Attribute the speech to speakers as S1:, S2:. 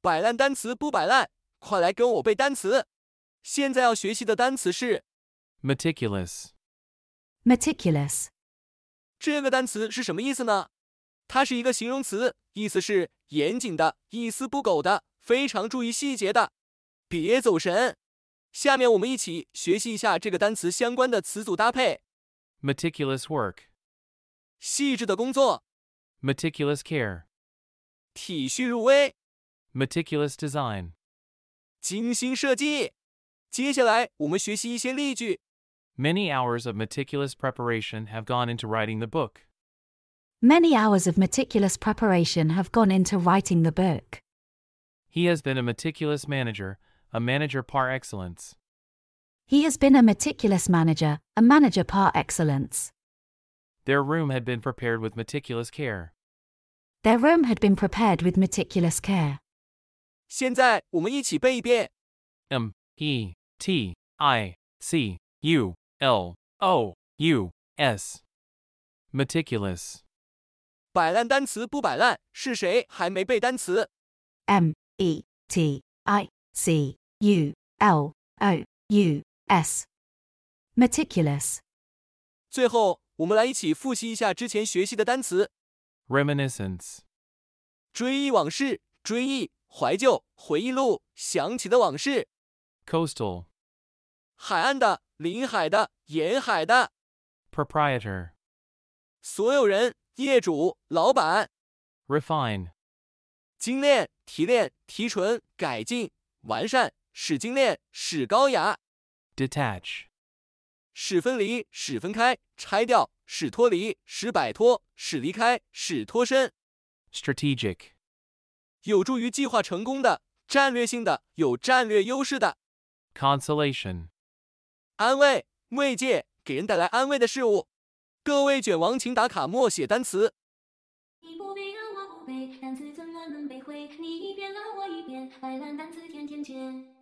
S1: 摆烂单词不摆烂，快来跟我背单词。现在要学习的单词是
S2: meticulous,
S3: meticulous,
S1: 这个单词是什么意思呢？它是一个形容词，意思是严谨的、一丝不苟的、非常注意细节的。别走神，下面我们一起学习一下这个单词相关的词组搭配：
S2: meticulous work,
S1: 细致的工作、
S2: meticulous care,
S1: 体恤入微、
S2: meticulous design,
S1: 精心设计。接下来我们学习一些例句。
S2: Many hours of meticulous preparation have gone into writing the book.
S3: Many hours of meticulous preparation have gone into writing the book.
S2: He has been a meticulous manager, a manager par excellence.
S3: He has been a meticulous manager, a manager par excellence.
S2: Their room had been prepared with meticulous care.
S3: Their room had been prepared with meticulous care.
S1: 现在我们一起背一遍。
S2: M E T I C U L O U S. Meticulous.
S1: 摆烂单词不摆烂，是谁还没背单词？
S3: M E T I C U L O U S. Meticulous,
S1: 最后，我们来一起复习一下之前学习的单词：
S2: Reminiscence.
S1: 追忆往事、追忆、怀旧、回忆录、想起的往事、
S2: Coastal.
S1: 海岸的、临海的、沿海的，
S2: Proprietor.
S1: 所有人、业主、老板、
S2: Refine.
S1: 精炼、提炼、提纯、改进、完善、使精炼、使高雅、
S2: Detach.
S1: 使分离、使分开、拆掉、使脱离、使摆脱、使离开、使脱身。
S2: Strategic.
S1: 有助于计划成功的、战略性的、有战略优势的、
S2: Consolation.
S1: 安慰、慰藉，给人带来安慰的事物。各位卷王，请打卡默写单词。
S4: 你不背让我不背，单词怎么能背会？你一遍让我一遍，白烂单词天天见。